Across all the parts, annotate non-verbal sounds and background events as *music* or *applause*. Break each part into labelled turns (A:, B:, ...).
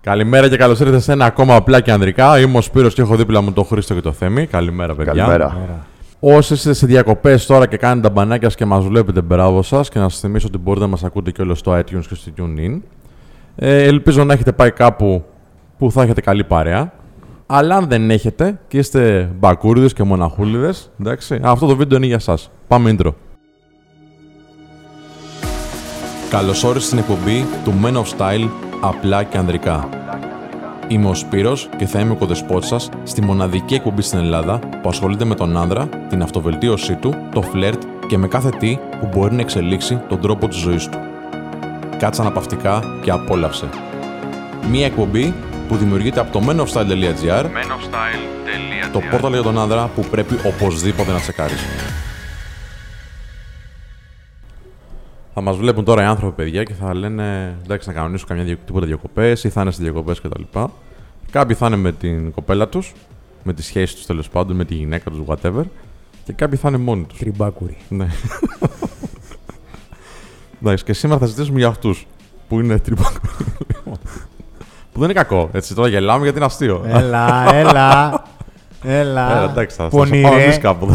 A: Καλημέρα και καλώς ήρθατε σε ένα ακόμα απλά και ανδρικά. Είμαι ο Σπύρος και έχω δίπλα μου τον Χρήστο και τον Θέμη. Καλημέρα, παιδιά.
B: Καλημέρα.
A: Όσοι είστε σε διακοπές τώρα και κάνετε τα μπανάκια σας και μας βλέπετε, μπράβο σας. Και να σας θυμίσω ότι μπορείτε να μας ακούτε και όλο στο iTunes και στο TuneIn. Ε, ελπίζω να έχετε πάει κάπου που θα έχετε καλή παρέα. Αλλά αν δεν έχετε και είστε μπακούρδε και μοναχούλιδες, εντάξει, αυτό το βίντεο είναι για σας. Πάμε intro. Καλώς όρισες στην εκπομπή του Men of Style απλά και ανδρικά. Είμαι ο Σπύρος και θα είμαι ο κοδεσπότης σας στη μοναδική εκπομπή στην Ελλάδα που ασχολείται με τον άνδρα, την αυτοβελτίωσή του, το φλερτ και με κάθε τι που μπορεί να εξελίξει τον τρόπο της ζωής του. Κάτσε αναπαυτικά και απόλαυσε. Μία εκπομπή που δημιουργείται από το menofstyle.gr, το πόρταλ για τον άνδρα που πρέπει οπωσδήποτε να τσεκάρεις. Θα μας βλέπουν τώρα οι άνθρωποι, παιδιά, και θα λένε εντάξει, να κανονίσουν καμιά δια- τίποτα διακοπές ή θα είναι σε διακοπέ κτλ. Κάποιοι θα είναι με την κοπέλα τους, με τη σχέση τους τέλος πάντων, με τη γυναίκα τους, whatever. Και κάποιοι θα είναι μόνοι τους.
C: Τριμπάκουρη.
A: ναι. εντάξει, και σήμερα θα συζητήσουμε για αυτούς που είναι τρυπακοί. που δεν είναι κακό. Έτσι, τώρα γελάμε γιατί είναι
C: Ε,
A: αστείο.
C: Έλα, έλα. Έλα.
A: Έλα, Ε, εντάξει, θα, θα σε πάω
C: Πονηρέ.
A: εμείς κάπου.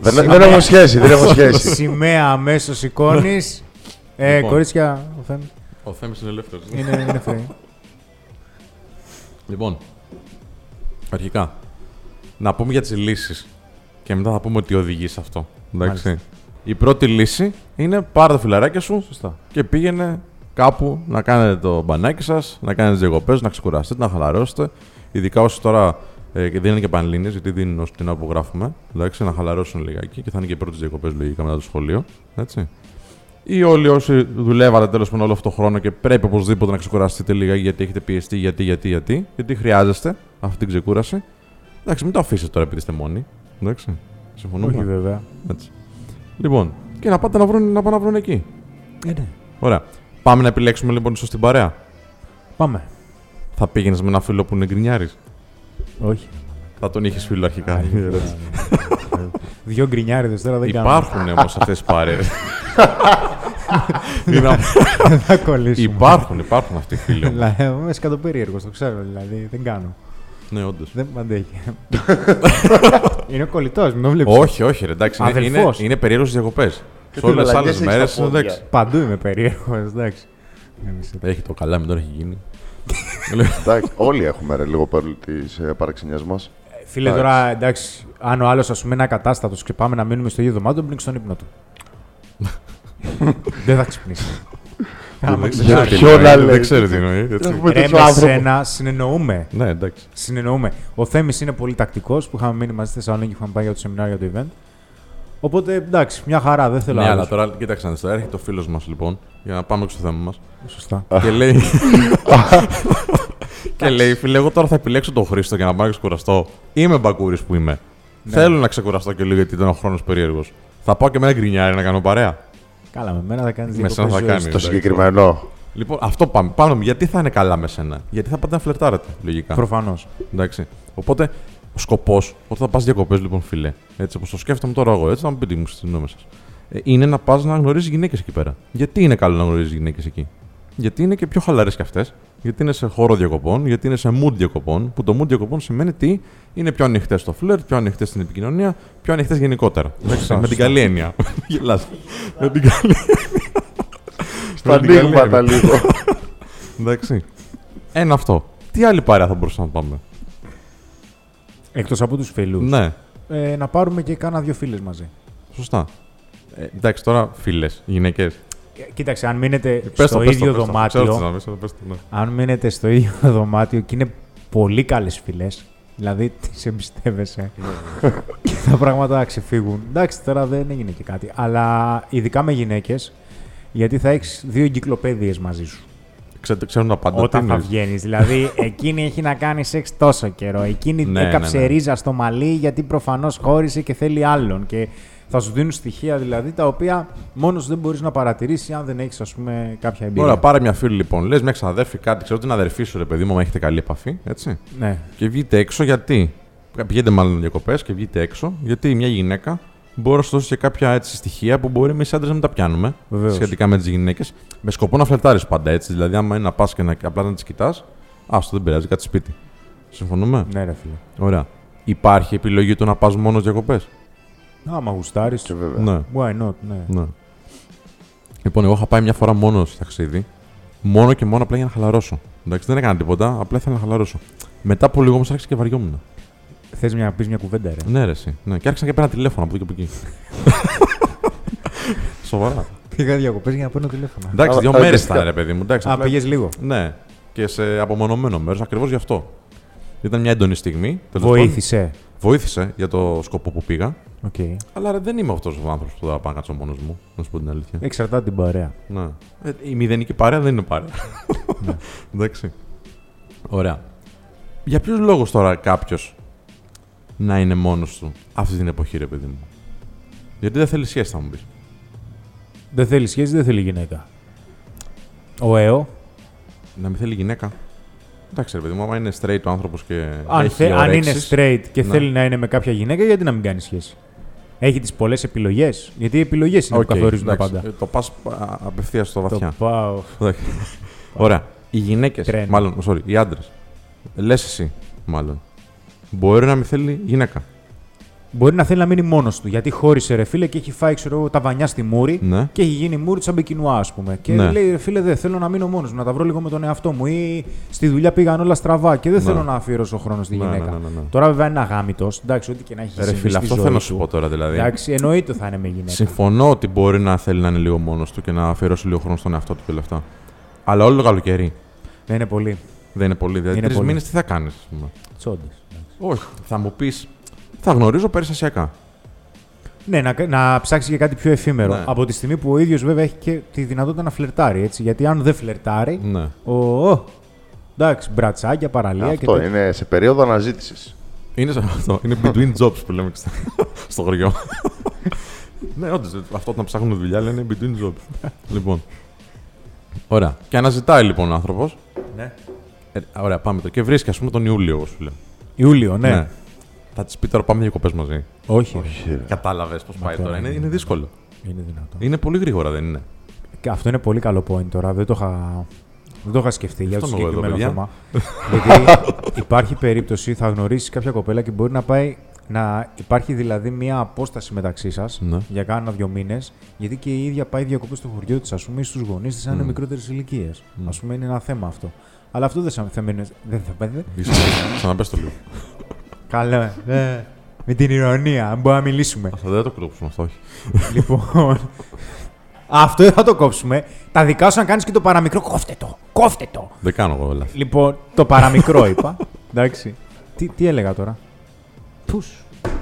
B: Δεν,
C: Σήμερα.
B: δεν έχω σχέση, δεν έχω
C: *laughs*
B: σχέση.
C: Σημαία αμέσως σηκώνει. Ε,
A: Λοιπόν.
C: κορίτσια, ο Θέμης
A: Ο Θέμης είναι ελεύθερος.
C: είναι, είναι free.
A: Λοιπόν, αρχικά, να πούμε για τις λύσεις και μετά θα πούμε ότι οδηγεί σε αυτό. Εντάξει.
C: Μάλιστα.
A: Η πρώτη λύση είναι πάρε τα φιλαράκια σου και πήγαινε κάπου να κάνετε το μπανάκι σας, να κάνετε τις διακοπές, να ξεκουραστείτε, να χαλαρώσετε. Ειδικά όσοι τώρα ε, και δεν είναι και πανελλήνιες, γιατί δίνουν ως την ώρα που γράφουμε, εντάξει, να χαλαρώσουν λιγάκι και θα είναι και οι πρώτες διακοπές λογικά μετά το σχολείο. Έτσι. Ή όλοι όσοι δουλεύατε τέλος πάντων όλο αυτό το χρόνο και πρέπει οπωσδήποτε να ξεκουραστείτε λίγα γιατί έχετε πιεστεί, γιατί, γιατί, γιατί, γιατί χρειάζεστε αυτή την ξεκούραση. Εντάξει, μην το αφήσετε τώρα επειδή είστε μόνοι. Εντάξει. Συμφωνούμε.
C: Όχι, βέβαια.
A: Έτσι. Λοιπόν, και να πάτε να, βρουν, να πάνε να βρουν εκεί.
C: Ε, ναι.
A: Ωραία. Πάμε να επιλέξουμε λοιπόν ίσως την παρέα.
C: Πάμε.
A: Θα πήγαινες με ένα φίλο που είναι γκρινιάρης.
C: Όχι.
A: Θα τον είχες φίλο αρχικά.
C: Δύο γκρινιάριδες τώρα δεν κάνω.
A: Υπάρχουν όμως αυτές τις παρέε.
C: *laughs* Δεν θα κολλήσουμε.
A: υπάρχουν, υπάρχουν αυτοί οι φίλοι. όμως.
C: Λα- ε, Είμαι σκατοπερίεργο, το ξέρω δηλαδή. Δεν κάνω.
A: ναι, όντως.
C: Δεν μ' αντέχει.
A: *laughs*
C: είναι κολλητός, μην το βλέπεις.
A: Όχι, όχι, ρε, εντάξει. είναι- Είναι,
C: Αδελφός.
A: είναι περίεργο στι διακοπές.
B: Και
A: Σε όλες
B: τι
A: τις άλλες
B: μαλακιές έχεις
A: μέρε.
B: στα πόδια.
C: Παντού είμαι περίεργος, εντάξει.
A: Έχει το καλά, μην τον έχει γίνει.
B: Εντάξει, όλοι έχουμε ρε, λίγο ε, πάλι τη παραξενιάς μας.
C: Φίλε,
B: Εντάξει.
C: τώρα εντάξει, αν ο άλλος ας πούμε είναι ακατάστατος και πάμε να μείνουμε στο ίδιο δωμάτιο, μπλέξει στον ύπνο
A: *laughs*
C: του. Δεν θα ξυπνήσει. Άμα
A: Δεν
C: ξυπνήσει.
A: ξέρω τι
B: Ποιο
A: εννοεί,
B: να λέει.
A: Δεν ξέρω τι εννοεί. έτσι.
B: Έχουμε
C: Ρε,
B: τέτοιο
C: με
B: άνθρωπο.
C: σένα συνεννοούμε.
A: Ναι, εντάξει.
C: Συνεννοούμε. Ο Θέμης είναι πολύ τακτικός που είχαμε μείνει μαζί στη Θεσσαλονίκη και είχαμε πάει για το σεμινάριο για το event. Οπότε εντάξει, μια χαρά, δεν θέλω
A: Ναι, αλλά
C: άλλους.
A: τώρα κοίταξε να δεις, τώρα έρχεται ο φίλος μας λοιπόν για να πάμε στο θέμα μας.
C: Σωστά.
A: Και
B: *laughs*
A: λέει. *laughs* Και λέει, φίλε, εγώ τώρα θα επιλέξω τον Χρήστο για να πάω να ξεκουραστώ. Είμαι μπακούρης που είμαι.
B: Ναι.
A: Θέλω να ξεκουραστώ και λίγο γιατί ήταν ο χρόνος περίεργος. Θα πάω και με ένα γκρινιάρι να κάνω παρέα.
C: Καλά, με μένα θα κάνεις
A: Με σένα θα κάνεις.
B: Το συγκεκριμένο.
A: Λοιπόν, αυτό πάμε. Πάνω μου, γιατί θα είναι καλά με σένα. Γιατί θα πάτε να φλερτάρετε, λογικά.
C: Προφανώς.
A: Εντάξει. Οπότε, ο σκοπός, όταν θα πας διακοπές, λοιπόν, φίλε, έτσι όπως το σκέφτομαι τώρα εγώ, έτσι να μου πείτε μου στη γνώμη σας, ε, είναι να πας να γνωρίζεις γυναίκες εκεί πέρα. Γιατί είναι καλό να γνωρίζεις γυναίκες εκεί. Γιατί είναι και πιο χαλαρές κι αυτές. Γιατί είναι σε χώρο διακοπών, γιατί είναι σε mood διακοπών, που το mood διακοπών σημαίνει τι είναι πιο ανοιχτές στο φλερτ, πιο ανοιχτές στην επικοινωνία, πιο ανοιχτές γενικότερα. Εντάξει, με την καλή έννοια. *laughs* Γελάς. με την καλή
B: Στα
A: Με την καλή
B: ανοίγματα
A: έννοια.
B: λίγο.
A: Εντάξει. Ένα αυτό. Τι άλλη παρέα θα μπορούσαμε να πάμε.
C: Εκτός από τους φίλους.
A: Ναι.
C: Ε, να πάρουμε και κάνα δύο φίλες μαζί.
A: Σωστά. Ε, εντάξει, τώρα φίλες, γυναίκες.
C: Ε, Κοίταξε, αν μείνετε
A: Πες το,
C: στο
A: πες το,
C: ίδιο
A: πες το.
C: δωμάτιο.
A: Ξέρω τι να πεις, αλλά πες το, ναι.
C: αν μείνετε στο ίδιο *laughs* δωμάτιο και είναι πολύ καλές φιλέ, δηλαδή τι εμπιστεύεσαι
A: Ναι.
C: και τα πράγματα ξεφύγουν. Εντάξει, τώρα δεν έγινε και κάτι. Αλλά ειδικά με γυναίκες, γιατί θα έχεις δύο εγκυκλοπαίδειες μαζί σου.
A: Ξέρετε, ξέρουν να απαντούν.
C: Όταν θα βγαίνεις.
A: *laughs*
C: Δηλαδή, εκείνη έχει να κάνει σεξ τόσο καιρό. Εκείνη
A: Ναι, ναι,
C: έκαψε
A: ναι.
C: ρίζα στο μαλλί γιατί προφανώς χώρισε και θέλει άλλον. Και θα σου δίνουν στοιχεία δηλαδή τα οποία μόνος δεν μπορείς να παρατηρήσεις αν δεν έχεις, ας πούμε, κάποια εμπειρία.
A: Ωραία, πάρε μια φίλη λοιπόν. Λες μια ξαδέρφη κάτι, ξέρω την αδερφή σου ρε παιδί μου, άμα έχετε καλή επαφή. Έτσι.
C: Ναι.
A: Και βγείτε έξω γιατί. Πηγαίνετε μάλλον διακοπές και βγείτε έξω γιατί μια γυναίκα μπορεί να σου δώσει και κάποια έτσι, στοιχεία που μπορεί εμείς άντρες να μην τα πιάνουμε
C: Βεβαίως.
A: σχετικά με τις γυναίκες. Με σκοπό να φλερτάρεις πάντα έτσι. Δηλαδή, άμα είναι να πας και να, απλά να τις κοιτάς, Άστο, δεν πειράζει, κάτι σπίτι. Συμφωνούμε.
C: Ναι, ρε φίλε.
A: Ωραία. Υπάρχει επιλογή του να πας μόνος διακοπές.
C: Άμα γουστάρεις.
B: Και βέβαια.
A: Ναι.
C: Why not, ναι.
A: ναι. Λοιπόν, εγώ είχα πάει μια φορά μόνος σε ταξίδι. Μόνο και μόνο απλά για να χαλαρώσω. Εντάξει, δεν έκανα τίποτα, απλά ήθελα να χαλαρώσω. Μετά από λίγο όμως άρχισα και βαριόμουν.
C: Θες μια πεις μια κουβέντα, ρε.
A: Ναι, ρε, εσύ. Ναι. Και άρχισα και πέρα τηλέφωνο από εδώ και από εκεί. Σοβαρά.
C: Πήγα διακοπές για να παίρνω τηλέφωνο.
A: Εντάξει,
B: Α,
A: δύο
B: α,
A: μέρες
B: εντάξει,
A: ήταν, ρε παιδί μου. Εντάξει,
C: Α,
A: απλά-
C: πήγες λίγο.
A: Ναι, και σε απομονωμένο μέρος ακριβώς γι' αυτό. Ήταν μια έντονη στιγμή. τέλος
C: Βοήθησε.
A: πάντων. Βοήθησε για το σκοπό που πήγα.
C: Οκ.
A: Αλλά ρε, δεν είμαι αυτός ο άνθρωπος που θα πάω να κάτσω μόνος μου, να σου πω την αλήθεια.
C: Εξαρτάται την παρέα.
A: Ναι. Ε, η μηδενική παρέα δεν είναι παρέα. *laughs* Εντάξει. Ωραία. Για ποιους λόγους τώρα κάποιος να είναι μόνος του αυτή την εποχή, ρε παιδί μου. Γιατί δεν θέλεις σχέση, θα μου πεις.
C: Δεν θέλεις σχέση, δεν θέλει γυναίκα. Ο ΑΕΟ,
A: Να μην θέλει γυναίκα. Εντάξει, ρε παιδί μου, άμα είναι straight ο άνθρωπος και.
C: αν,
A: έχει
C: θε- αν είναι
A: ορέξεις,
C: straight και
A: Ναι.
C: θέλει να είναι με κάποια γυναίκα, γιατί να μην κάνει σχέση. Έχει τις πολλές επιλογές. Γιατί οι επιλογές είναι
A: οκ,
C: που καθορίζουν τα
A: εντάξει.
C: πάντα.
A: Ε, Το πας απευθείας στο βαθιά.
C: Το πάω.
A: Εντάξει. Ωραία. Οι γυναίκες.
C: Τρένο.
A: Μάλλον, sorry, οι άντρες. Λες εσύ, μάλλον. Μπορεί να μην θέλει γυναίκα.
C: Μπορεί να θέλει να μείνει μόνος του. Γιατί χώρισε ρε φίλε και έχει φάει ξέρω, εγώ, τα βανιά στη μούρη
A: Ναι.
C: και έχει γίνει μούρη τη αμπεκινουά, ας πούμε. Και
A: Ναι.
C: λέει ρε φίλε, δεν θέλω να μείνω μόνος μου, να τα βρω λίγο με τον εαυτό μου. Ή στη δουλειά πήγαν όλα στραβά και δεν
A: Ναι.
C: θέλω να αφιερώσω χρόνο στη
A: Ναι,
C: γυναίκα.
A: ναι, ναι, ναι, ναι.
C: Τώρα βέβαια είναι αγάμητος. Εντάξει, ό,τι και να έχει
A: Ρε
C: συμβεί
A: φίλε,
C: στη
A: αυτό
C: ζωή
A: θέλω να
C: του.
A: σου πω τώρα δηλαδή.
C: Εντάξει, εννοείται θα είναι με γυναίκα.
A: Ναι, Συμφωνώ ότι μπορεί να θέλει να είναι λίγο μόνος του και να αφιερώσει λίγο χρόνο στον εαυτό του και όλα αυτά. Αλλά όλο το καλοκαίρι
C: Ναι, είναι πολύ.
A: δεν είναι πολύ. Δηλαδή,
C: Είναι
A: τρεις
C: πολύ.
A: μήνες τι θα κάνεις, ας πούμε.
C: Τσόντες.
A: Όχι. Θα μου πεις, θα γνωρίζω περιστασιακά.
C: Ναι, να, να ψάξεις για κάτι πιο εφήμερο.
A: Ναι.
C: Από τη στιγμή που ο ίδιος βέβαια έχει και τη δυνατότητα να φλερτάρει. Έτσι, γιατί αν δεν φλερτάρει.
A: Ναι.
C: Ο, ο, εντάξει, μπρατσάκια, παραλία και
B: Αυτό
C: τέτοια.
B: είναι σε περίοδο αναζήτησης.
A: Είναι σαν αυτό. Είναι between jobs που λέμε και στα- *laughs* στο χωριό. ναι, όντως. Αυτό όταν ψάχνουν δουλειά λένε between jobs. λοιπόν. Ωραία. Και αναζητάει λοιπόν ο άνθρωπος.
C: Ναι.
A: Ε, ωραία, πάμε τώρα. Και βρίσκει, ας πούμε, τον Ιούλιο, εγώ σου λέω.
C: Ιούλιο, ναι.
A: Θα της πει τώρα πάμε διακοπέ μαζί.
C: Όχι.
A: Κατάλαβες πώς πάει
C: τώρα
A: Ναι. τώρα. Είναι,
C: είναι-
A: είναι δύσκολο.
C: Είναι δυνατό.
A: Είναι πολύ γρήγορα, δεν είναι.
C: Και αυτό είναι πολύ καλό point τώρα. Δεν το είχα, δεν το είχα σκεφτεί για το
A: Αυτό είμαι εγώ εδώ,
C: συγκεκριμένο θέμα.
A: παιδιά. *laughs*
C: Γιατί υπάρχει περίπτωση, θα γνωρίσεις κάποια κοπέλα και μπορεί να πάει. Να υπάρχει δηλαδή μια απόσταση μεταξύ σας
A: Ναι.
C: για κάνα δύο μήνες, γιατί και η ίδια πάει διακοπές στο χωριό της, ας πούμε, ή στους γονείς της,
A: Ναι.
C: αν είναι μικρότερες ηλικίες. Ας πούμε, είναι ένα θέμα αυτό. Αλλά αυτό δεν σα- θα μείνει. Δεν θα πέντε.
A: Ξαναπες το λίγο.
C: Καλό.
A: Ναι.
C: ε, με την ηρωνία, αν μπορούμε να μιλήσουμε.
A: Αυτό δεν θα το κρούψουμε αυτό, όχι.
C: λοιπόν. αυτό θα το κόψουμε. Τα δικά σου να κάνεις και το παραμικρό. Κόφτε το! Κόφτε το!
A: Δεν κάνω εγώ λάθη.
C: Λοιπόν, το παραμικρό είπα. Εντάξει. Τι, τι έλεγα τώρα. Του.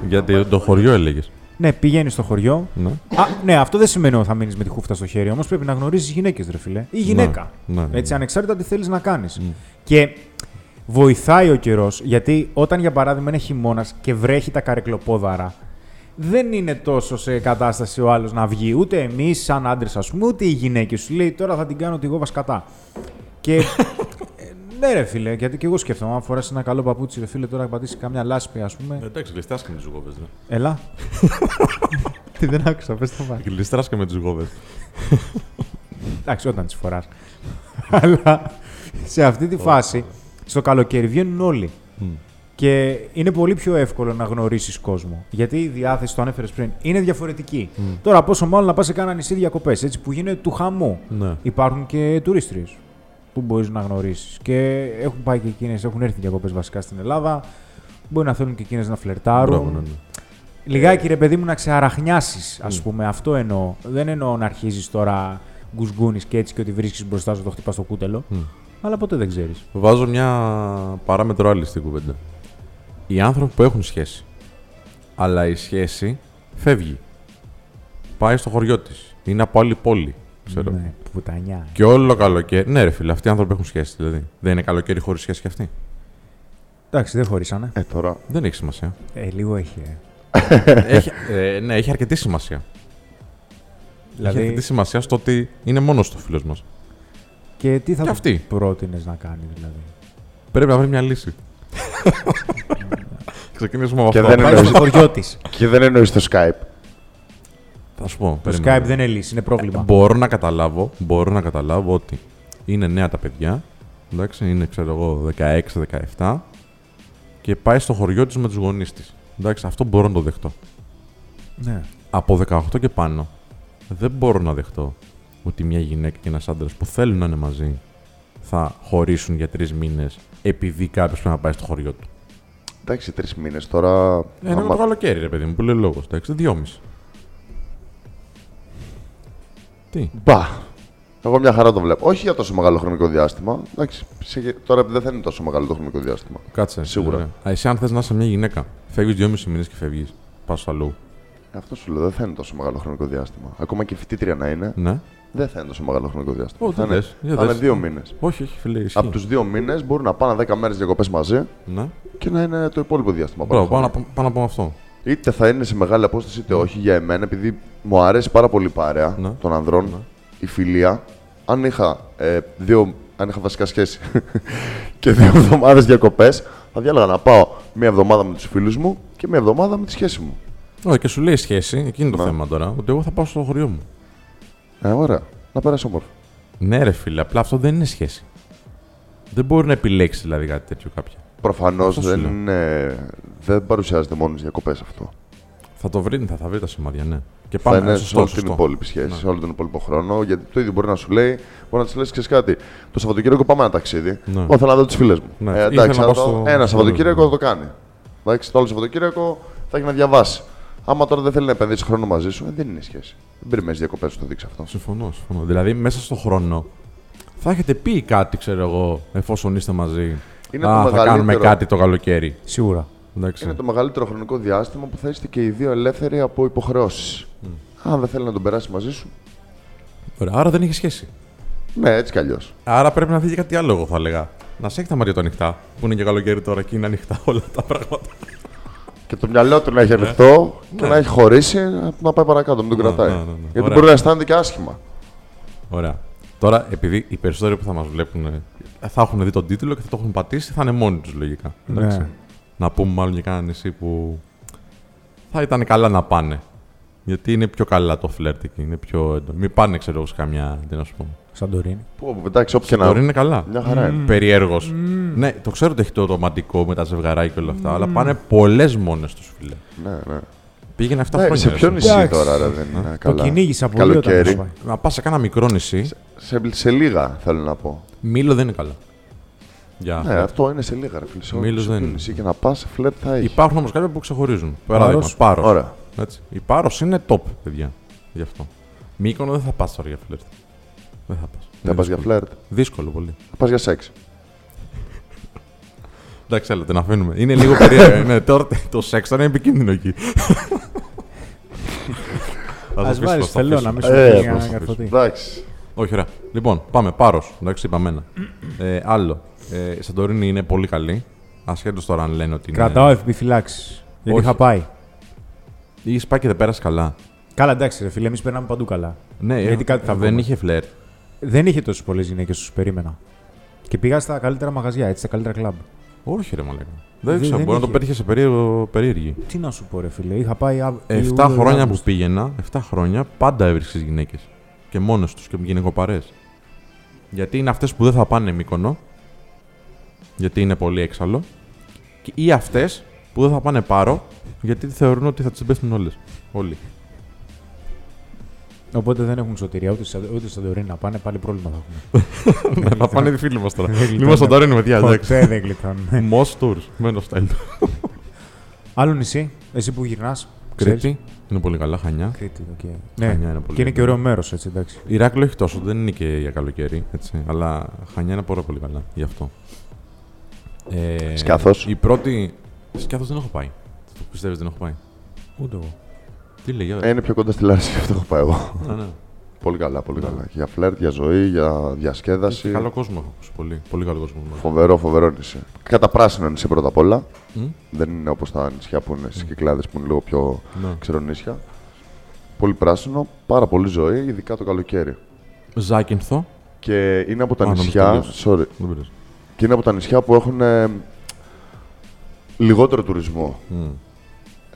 A: Γιατί το χωριό έλεγες.
C: Ναι, πηγαίνει στο χωριό.
A: Ναι.
C: Α, ναι, αυτό δεν σημαίνει ότι θα μείνεις με τη χούφτα στο χέρι. Όμως πρέπει να γνωρίζεις γυναίκες, ρε φιλέ. Ή γυναίκα.
A: ναι, ναι.
C: Έτσι, ανεξάρτητα τι θέλεις να κάνεις. Και βοηθάει ο καιρός, γιατί όταν για παράδειγμα είναι χειμώνας και βρέχει τα καρεκλοπόδαρα, δεν είναι τόσο σε κατάσταση ο άλλος να βγει. Ούτε εμείς, σαν άντρες, ας πούμε, ούτε οι γυναίκες. Σου λέει τώρα θα την κάνω τη εγώ βασκατά. Και. ε, ναι, ρε φίλε, γιατί και εγώ σκέφτομαι. Αν φοράς ένα καλό παπούτσι, ρε φίλε, τώρα πατήσει καμιά λάσπη, ας πούμε.
A: Εντάξει, γλιστράς και με ναι. τι γόβε.
C: Ελά. *laughs* Τι δεν άκουσα, πες το πάλι.
A: Γλιστράς και με τι γόβε.
C: Εντάξει, όταν τις φοράς. Αλλά σε αυτή τη φάση, στο καλοκαίρι βγαίνουν όλοι. Και είναι πολύ πιο εύκολο να γνωρίσεις κόσμο. Γιατί η διάθεση, το ανέφερες πριν, είναι διαφορετική. Τώρα, πόσο μάλλον να πας σε κάνα νησί διακοπές, έτσι που γίνεται του χαμού.
A: Ναι.
C: Υπάρχουν και τουρίστριες που μπορείς να γνωρίσεις. Και έχουν πάει και εκείνες, έχουν έρθει διακοπές βασικά στην Ελλάδα. Μπορεί να θέλουν και εκείνες να φλερτάρουν.
A: Μπράβο, ναι, ναι. Mm.
C: Λιγάκι ρε παιδί μου να ξεαραχνιάσεις, ας πούμε. Αυτό εννοώ. Δεν εννοώ να αρχίζεις τώρα γκουσγκούνι και έτσι και ότι βρίσκεις μπροστά σου το χτυπάς στο κούτελο.
A: Mm.
C: Αλλά ποτέ δεν ξέρεις.
A: Βάζω μια παράμετρο άλλη στην κουβέντα. Οι άνθρωποι που έχουν σχέση. Αλλά η σχέση φεύγει. Πάει στο χωριό της. Είναι από άλλη πόλη. Ξέρω.
C: Ναι, πουτανιά.
A: Και όλο καλοκαίρι. Ναι, ρε φίλε, αυτοί οι άνθρωποι έχουν σχέση. Δηλαδή. Δεν είναι καλοκαίρι χωρίς σχέση κι αυτοί.
C: Εντάξει, δεν χωρίσανε.
B: Ε, τώρα.
A: Δεν έχει σημασία.
C: Ε, λίγο έχει. ε.
A: έχει, ε, ναι, έχει αρκετή σημασία. Έχει
C: Δηλαδή,
A: αρκετή σημασία στο ότι είναι μόνος του φίλος μας.
C: και τι θα
A: και αυτή.
C: του πρότεινες να κάνει, δηλαδή.
A: Πρέπει να βρει μια λύση. Ξεκινήσουμε με
B: Και
A: αυτό.
B: δεν
C: Πάει
B: εννοείς-
C: στο χωριό
A: *laughs*
C: της.
B: Και δεν εννοείς το Skype.
A: Θα σου πω.
C: Το
A: περίμενε. Ε,
C: Skype δεν είναι λύση, είναι πρόβλημα.
A: Μπορώ να καταλάβω, μπορώ να καταλάβω ότι είναι νέα τα παιδιά εντάξει, είναι ξέρω εγώ 16-17 και πάει στο χωριό της με τους γονείς της. Εντάξει, αυτό μπορώ να το δεχτώ.
C: Ναι.
A: Από 18 και πάνω, δεν μπορώ να δεχτώ ότι μια γυναίκα και ένας άντρας που θέλουν να είναι μαζί θα χωρίσουν για τρεις μήνες επειδή κάποιος πρέπει να πάει στο χωριό του.
B: Εντάξει, τρεις μήνες τώρα.
A: Ένα
B: άμα-
A: το καλοκαίρι, ρε παιδί μου, που λέει λόγος. Εντάξει, δυόμιση. Τι.
B: Μπα. Εγώ μια χαρά το βλέπω. Όχι για τόσο μεγάλο χρονικό διάστημα. Εντάξει, σε- τώρα δεν θα είναι τόσο μεγάλο το χρονικό διάστημα.
A: Κάτσε.
B: Σίγουρα.
A: Ναι. Α, εσύ, αν θες να είσαι μια γυναίκα, φεύγεις δυόμιση μήνες και φεύγεις. Πας αλλού.
B: Ε, Αυτό σου λέω, δεν θα είναι τόσο μεγάλο χρονικό διάστημα. Ακόμα και φοιτήτρια να είναι,
A: Ναι.
B: δεν θα είναι τόσο μεγάλο χρονικό διάστημα.
A: Ω,
B: θα
A: δεν
B: είναι,
A: λες, για
B: θα
A: δες.
B: είναι δύο μήνες.
A: Όχι, όχι, φίλε.
B: Από τους δύο μήνες μπορούν να πάνε 10 μέρες διακοπές μαζί
A: Ναι.
B: και να είναι το υπόλοιπο διάστημα.
A: Μπράβο,
B: παραπάνω.
A: πάνω, πάνω, πάνω από αυτό.
B: Είτε θα είναι σε μεγάλη απόσταση είτε όχι για εμένα, επειδή μου αρέσει πάρα πολύ η παρέα
A: Ναι.
B: των ανδρών,
A: Ναι.
B: η φιλία. Αν είχα, ε, δύο, αν είχα βασικά σχέση *laughs* και δύο εβδομάδες διακοπές, θα διάλεγα να πάω μία εβδομάδα με τους φίλους μου και μία εβδομάδα με τη σχέση μου.
A: Ωραία, και σου λέει η σχέση, εκείνη είναι το
B: Ναι.
A: θέμα τώρα, ότι εγώ θα πάω στο χωριό μου.
B: Ε, ωραία. Να περάσει όμορφα.
A: Ναι, ρε φίλε, απλά αυτό δεν είναι σχέση. Δεν μπορεί να επιλέξεις δηλαδή κάτι τέτοιο κάποια.
B: Προφανώς
A: Αυτό σου
B: δεν,
A: λέω.
B: είναι- δεν παρουσιάζεται μόνος στι διακοπές αυτό.
A: Θα το βρει, θα, θα βρει τα σημάδια, ναι. Και
B: Θα
A: πάμε
B: είναι σε
A: σωστό,
B: όλη την
A: σωστό.
B: υπόλοιπη σχέση,
A: Ναι.
B: σε όλο τον υπόλοιπο χρόνο. Γιατί το ίδιο μπορεί να σου λέει, μπορεί να της λες: Ξέρεις κάτι, το Σαββατοκύριακο πάμε ένα ταξίδι.
A: Ναι.
B: Ό, θέλω να δω τις φίλες μου.
A: Ναι,
B: Ε,
A: ήθελα να
B: εντάξει, θα
A: πάω
B: το-
A: στο-
B: ένα
A: στο
B: Σαββατοκύριακο θα
A: Λονδίνο.
B: το κάνει. Εντάξει, το άλλο Σαββατοκύριακο θα έχει να διαβάσει. Άμα τώρα δεν θέλει να επενδύσει χρόνο μαζί σου, ε, δεν είναι σχέση. Δεν περιμένει διακοπές να το δείξει αυτό.
A: Συμφωνώ, συμφωνώ. Δηλαδή, μέσα στον χρόνο θα έχετε πει κάτι, ξέρω εγώ, εφόσον είστε μαζί.
B: Είναι
A: Α,
B: το
A: θα κάνουμε
B: μεγαλύτερο-
A: κάτι το καλοκαίρι.
C: Σίγουρα.
A: Εντάξει.
B: Είναι το μεγαλύτερο χρονικό διάστημα που θα είστε και οι δύο ελεύθεροι από υποχρεώσεις. Αν δεν θέλει να τον περάσει μαζί σου,
A: Ωραία, άρα δεν έχει σχέση.
B: ναι, έτσι κι αλλιώς.
A: Άρα πρέπει να δει και κάτι άλλο, εγώ θα έλεγα. Να σε έχει τα μάτια του ανοιχτά, που είναι και καλοκαίρι τώρα και είναι ανοιχτά όλα τα πράγματα.
B: Και το μυαλό του να έχει ανοιχτό και να έχει χωρίσει να πάει παρακάτω, μην τον
A: Ναι,
B: κρατάει.
A: ναι, ναι, ναι.
B: Γιατί
A: Ωραία.
B: μπορεί να αισθάνεται και άσχημα.
A: Ωραία. Τώρα, επειδή οι περισσότεροι που θα μας βλέπουν ε, θα έχουν δει τον τίτλο και θα το έχουν πατήσει, θα είναι μόνοι τους λογικά. Εντάξει.
C: Ναι.
A: Να πούμε μάλλον για κανένα νησί που θα ήταν καλά να πάνε. Γιατί είναι πιο καλά το φλερτ εκεί. Είναι πιο έντονο. Μην πάνε, ξέρω εγώ, σε καμιά. Τι να σου πω.
C: Σαντορίνη.
B: Που, εντάξει, όποια
A: Τώρα
B: να.
A: είναι καλά.
B: Μια χαρά είναι.
A: Περίεργο. Ναι, το ξέρω ότι έχει το ρομαντικό με τα ζευγαράκια και όλα αυτά, αλλά πάνε πολλές μόνες τους φίλε.
B: Ναι, ναι.
A: Πήγαινε 7
B: Ναι,
A: χρόνια.
B: σε
A: ρε,
B: ποιο
A: εσύ.
B: νησί
C: Εντάξει.
B: τώρα, ρε, δεν είναι
C: Το
B: καλά.
C: κυνήγησα πολύ όταν
B: Καλοκαίρι.
C: το πάει.
A: Να πας σε κάνα μικρό νησί,
B: Σε, σε λίγα θέλω να πω.
A: μήλο δεν είναι καλά. Για
B: Ναι, αυτό είναι σε λίγα, ρε φίλε. Σε όλο-
A: Μήλος
B: σε
A: δεν
B: ποιο
A: είναι.
B: νησί και να πας, φλερτ θα έχεις.
A: Υπάρχουν όμως κάποια που ξεχωρίζουν. Παράδειγμα,
C: Πάρος.
A: πάρο.
B: Ωραία.
A: Έτσι. Η πάρος είναι top, παιδιά. Γι' αυτό. Μήκονο δεν θα πας τώρα για φλερτ. Δεν θα πας.
B: Θα πας για φλερτ,
A: Δύσκολο πολύ.
B: θα πας για σεξ.
A: Εντάξει, έλα, την αφήνουμε. Είναι λίγο
C: *laughs*
A: περίεργο. ναι, τώρα το σεξ τώρα είναι επικίνδυνο εκεί. Ας το
C: Ας
A: αφήσουμε,
C: βάλεις
A: ας το
C: θέλω να
A: αφήσουμε.
C: μην σου
B: Ε,
C: πει
A: θα
B: πώς
C: για να
A: το
C: καρφωθεί.
B: Εντάξει.
A: Όχι, ωραία. Λοιπόν, πάμε. Πάρος. Εντάξει, είπαμε ένα. ε, άλλο. Ε, η Σαντορίνη είναι πολύ καλή. Ασχέτως τώρα αν λένε ότι είναι.
C: Κρατάω επιφυλάξεις. Γιατί
A: Ναι. Όχι.
C: είχα πάει.
A: Ή σπάει και δεν πέρασε καλά.
C: Καλά, εντάξει, ρε φίλε, εμείς περνάμε παντού καλά.
A: Ναι,
C: Γιατί
A: ε,
C: κάτι θα
A: δεν
C: βρούμε.
A: είχε φλερ.
C: Δεν είχε τόσες πολλές γυναίκες όσο περίμενα. Και πήγα στα καλύτερα μαγαζιά, έτσι, στα καλύτερα κλαμπ.
A: Όχι, ρε μαλάκα.
C: Δεν-
A: Δεν ξέρω,
C: δεν
A: μπορεί να το
C: είχε.
A: πέτυχε σε περίεργο, περίεργη.
C: Τι να σου πω, ρε φίλε, είχα πάει. α-
A: 7
C: Ιούλιο,
A: χρόνια που
C: Αύγουστο.
A: πήγαινα, 7 χρόνια πάντα έβρισκες γυναίκες. Και μόνε τους και με γυναικοπαρές. Γιατί είναι αυτές που δεν θα πάνε μήκονο. Γιατί είναι πολύ έξαλλο. και- Ή αυτές που δεν θα πάνε πάρο. Γιατί θεωρούν ότι θα τις πέφτουν όλες. Όλοι.
C: Οπότε δεν έχουν σωτηρία ούτε, στα- ούτε στα Ντορίνη να πάνε, πάλι πρόβλημα θα έχουμε.
A: Ναι, θα πάνε οι φίλοι μας τώρα.
C: Δεν
A: Λίγο
C: γλιτώνω.
A: στον Ταρίνο, παιδιά.
C: *laughs*
A: εντάξει.
C: Ποτέ δεν γλιτώνουν.
A: Most tours. Μένω style.
C: Άλλο νησί, εσύ που γυρνάς.
A: Κρήτη. Είναι πολύ καλά, Χανιά.
C: Κρήτη, οκ.
A: Χανιά
C: Ναι,
A: είναι πολύ
C: και είναι και
A: ωραία.
C: ωραίο μέρος, έτσι, εντάξει.
A: Ηράκλειο έχει τόσο, δεν είναι και για καλοκαίρι. Έτσι. Αλλά Χανιά είναι πάρα πολύ καλά γι' αυτό. Ε,
B: Σκάθος.
A: Η πρώτη. Σκιάθος δεν έχω πάει. Το πιστεύεις δεν έχω πάει.
C: Ούτε εγώ.
A: Τι λέει, για
B: Ε, είναι πιο κοντά στη Λάρισα, γι' αυτό έχω πάει εγώ.
A: Ναι, ναι.
B: Πολύ καλά, πολύ καλά. Για φλερτ, για ζωή, για
A: Έχει
B: διασκέδαση.
A: Καλό κόσμο έχω ακούσει. Πολύ, πολύ καλό κόσμο.
B: Φοβερό, φοβερό νησί. Κατά πράσινο νησί πρώτα απ' όλα.
A: Μμ.
B: Δεν είναι όπως τα νησιά που είναι στις κυκλάδες που είναι λίγο πιο
A: Ναι.
B: ξερονίσια. Πολύ πράσινο, πάρα πολύ ζωή, ειδικά το καλοκαίρι.
A: Ζάκυνθο.
B: Και είναι από τα
A: Α, να μην
B: νησιά.
A: τελειώσεις.
B: Sorry,
A: Δεν πειράζει.
B: και είναι από τα νησιά που έχουν ε, λιγότερο τουρισμό.
A: Μμ.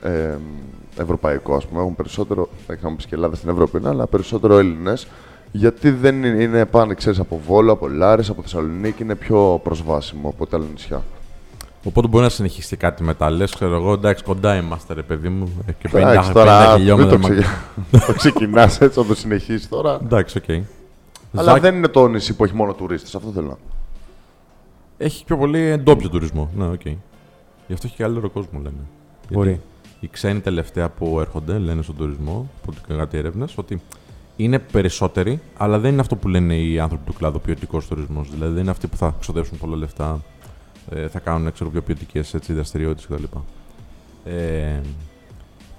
B: Ε, ευρωπαϊκό, ας πούμε. Έχουν περισσότερο. Δεν ξέρω αν και η Ελλάδα στην Ευρώπη είναι, αλλά περισσότερο Έλληνες. Γιατί δεν είναι- είναι πάνε, ξέρεις, από Βόλο, από Λάρες, από Θεσσαλονίκη, είναι πιο προσβάσιμο από τα άλλα νησιά.
A: Οπότε μπορεί να συνεχιστεί κάτι μετά. Λες, ξέρω εγώ, εντάξει, κοντά είμαστε, ρε παιδί μου. ε, Και 50,
B: Εντάξει,
A: 50
B: τώρα μην
A: χιλιόμετρα.
B: το,
A: μα-
B: ξεκινά *laughs* το ξεκινάς έτσι, θα το συνεχίσεις
A: *laughs*
B: τώρα.
A: Εντάξει, οκ.
B: Αλλά
A: Ζακ
B: δεν είναι το νησί που έχει μόνο τουρίστες, αυτό θέλω να πω.
A: Έχει πιο πολύ ντόπιο τουρισμό. Ναι, οκ. Γι' αυτό έχει και άλλο κόσμο, λένε. Γιατί
C: Μπορεί.
A: Οι ξένοι τελευταία που έρχονται λένε στον τουρισμό, από ό,τι κάτι έρευνε, ότι είναι περισσότεροι, αλλά δεν είναι αυτό που λένε οι άνθρωποι του κλάδου ποιοτικός τουρισμός. Δηλαδή δεν είναι αυτοί που θα ξοδέψουν πολλά λεφτά, ε, θα κάνουν ξέρω, πιο ποιοτικές δραστηριότητες κτλ. Ε,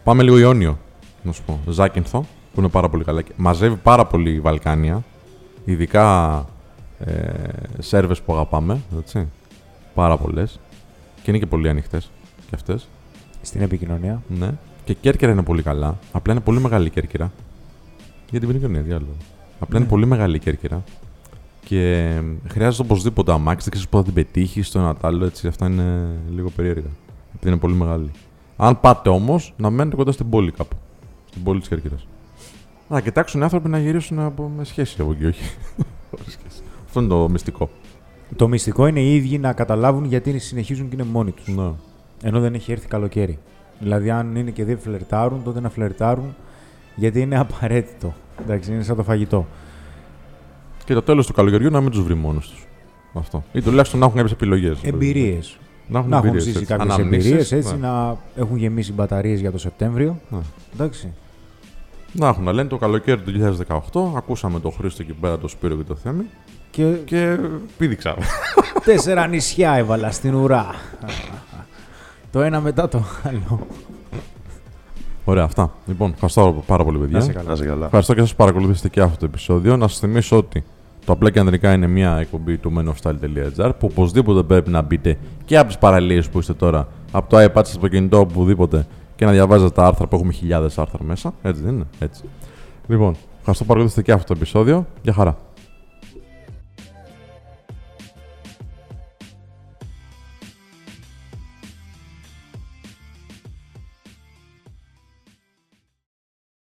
A: πάμε λίγο Ιόνιο, να σου πω. Ζάκυνθο, που είναι πάρα πολύ καλά. και Μαζεύει πάρα πολύ η Βαλκάνια, ειδικά ε, σερβες που αγαπάμε. Έτσι. Πάρα πολλές. Και είναι και πολύ ανοιχτές και αυτές.
C: Στην επικοινωνία.
A: Ναι. Και η Κέρκυρα είναι πολύ καλά. Απλά είναι πολύ μεγάλη η Κέρκυρα. Για την επικοινωνία, διάλογο. Απλά είναι πολύ μεγάλη η Κέρκυρα. Και ε, χρειάζεται οπωσδήποτε αμάξι. Δεν ξέρει πότε θα την πετύχεις, το ένα τ' άλλο. Έτσι. Αυτά είναι λίγο περίεργα. Επειδή είναι πολύ μεγάλη. Αν πάτε όμως, να μένετε κοντά στην πόλη κάπου. Στην πόλη της Κέρκυρας. Να κοιτάξουν οι άνθρωποι να γυρίσουν από, με σχέση από εκεί, όχι. *laughs* Χωρίς σχέση. Αυτό είναι το μυστικό.
C: Το μυστικό είναι οι ίδιοι να καταλάβουν γιατί συνεχίζουν και είναι μόνοι τους.
A: Ναι.
C: Ενώ δεν έχει έρθει καλοκαίρι. Δηλαδή, αν είναι και δεν φλερτάρουν, τότε να φλερτάρουν γιατί είναι απαραίτητο. Εντάξει, είναι σαν το φαγητό.
A: Και το τέλος του καλοκαιριού να μην τους βρει μόνος τους. Αυτό. Ή τουλάχιστον να έχουν κάποιες επιλογές.
C: Εμπειρίες.
A: Να έχουν,
C: Να έχουν
A: εμπειρίες,
C: ζήσει
A: έτσι.
C: κάποιες
A: Αναμνήσεις,
C: εμπειρίες, έτσι,
A: ναι.
C: να έχουν γεμίσει μπαταρίες για το Σεπτέμβριο.
A: Ναι.
C: Εντάξει.
A: Να έχουν, να λένε το καλοκαίρι του 2018, ακούσαμε τον Χρήστο εκεί πέρα, τον Σπύρο και τον Θέμη
C: Και
A: και πήδηξα.
C: τέσσερα νησιά έβαλα στην ουρά. *laughs* το ένα μετά το άλλο.
A: Ωραία, αυτά. Λοιπόν, ευχαριστώ πάρα πολύ, παιδιά.
C: Να σε καλά.
B: Να σε καλά.
A: Ευχαριστώ και σας παρακολουθήσατε και αυτό το επεισόδιο. Να σας θυμίσω ότι το απλά και ανδρικά είναι μια εκπομπή του menofstyle.gr που οπωσδήποτε πρέπει να μπείτε και από τις παραλίες που είστε τώρα, από το iPad σας, από το κινητό, οπουδήποτε και να διαβάζετε τα άρθρα που έχουμε χιλιάδες άρθρα μέσα. Έτσι δεν είναι, έτσι. Λοιπόν, ευχαριστώ που παρακολουθήσατε και αυτό το επεισόδιο. Γεια χαρά.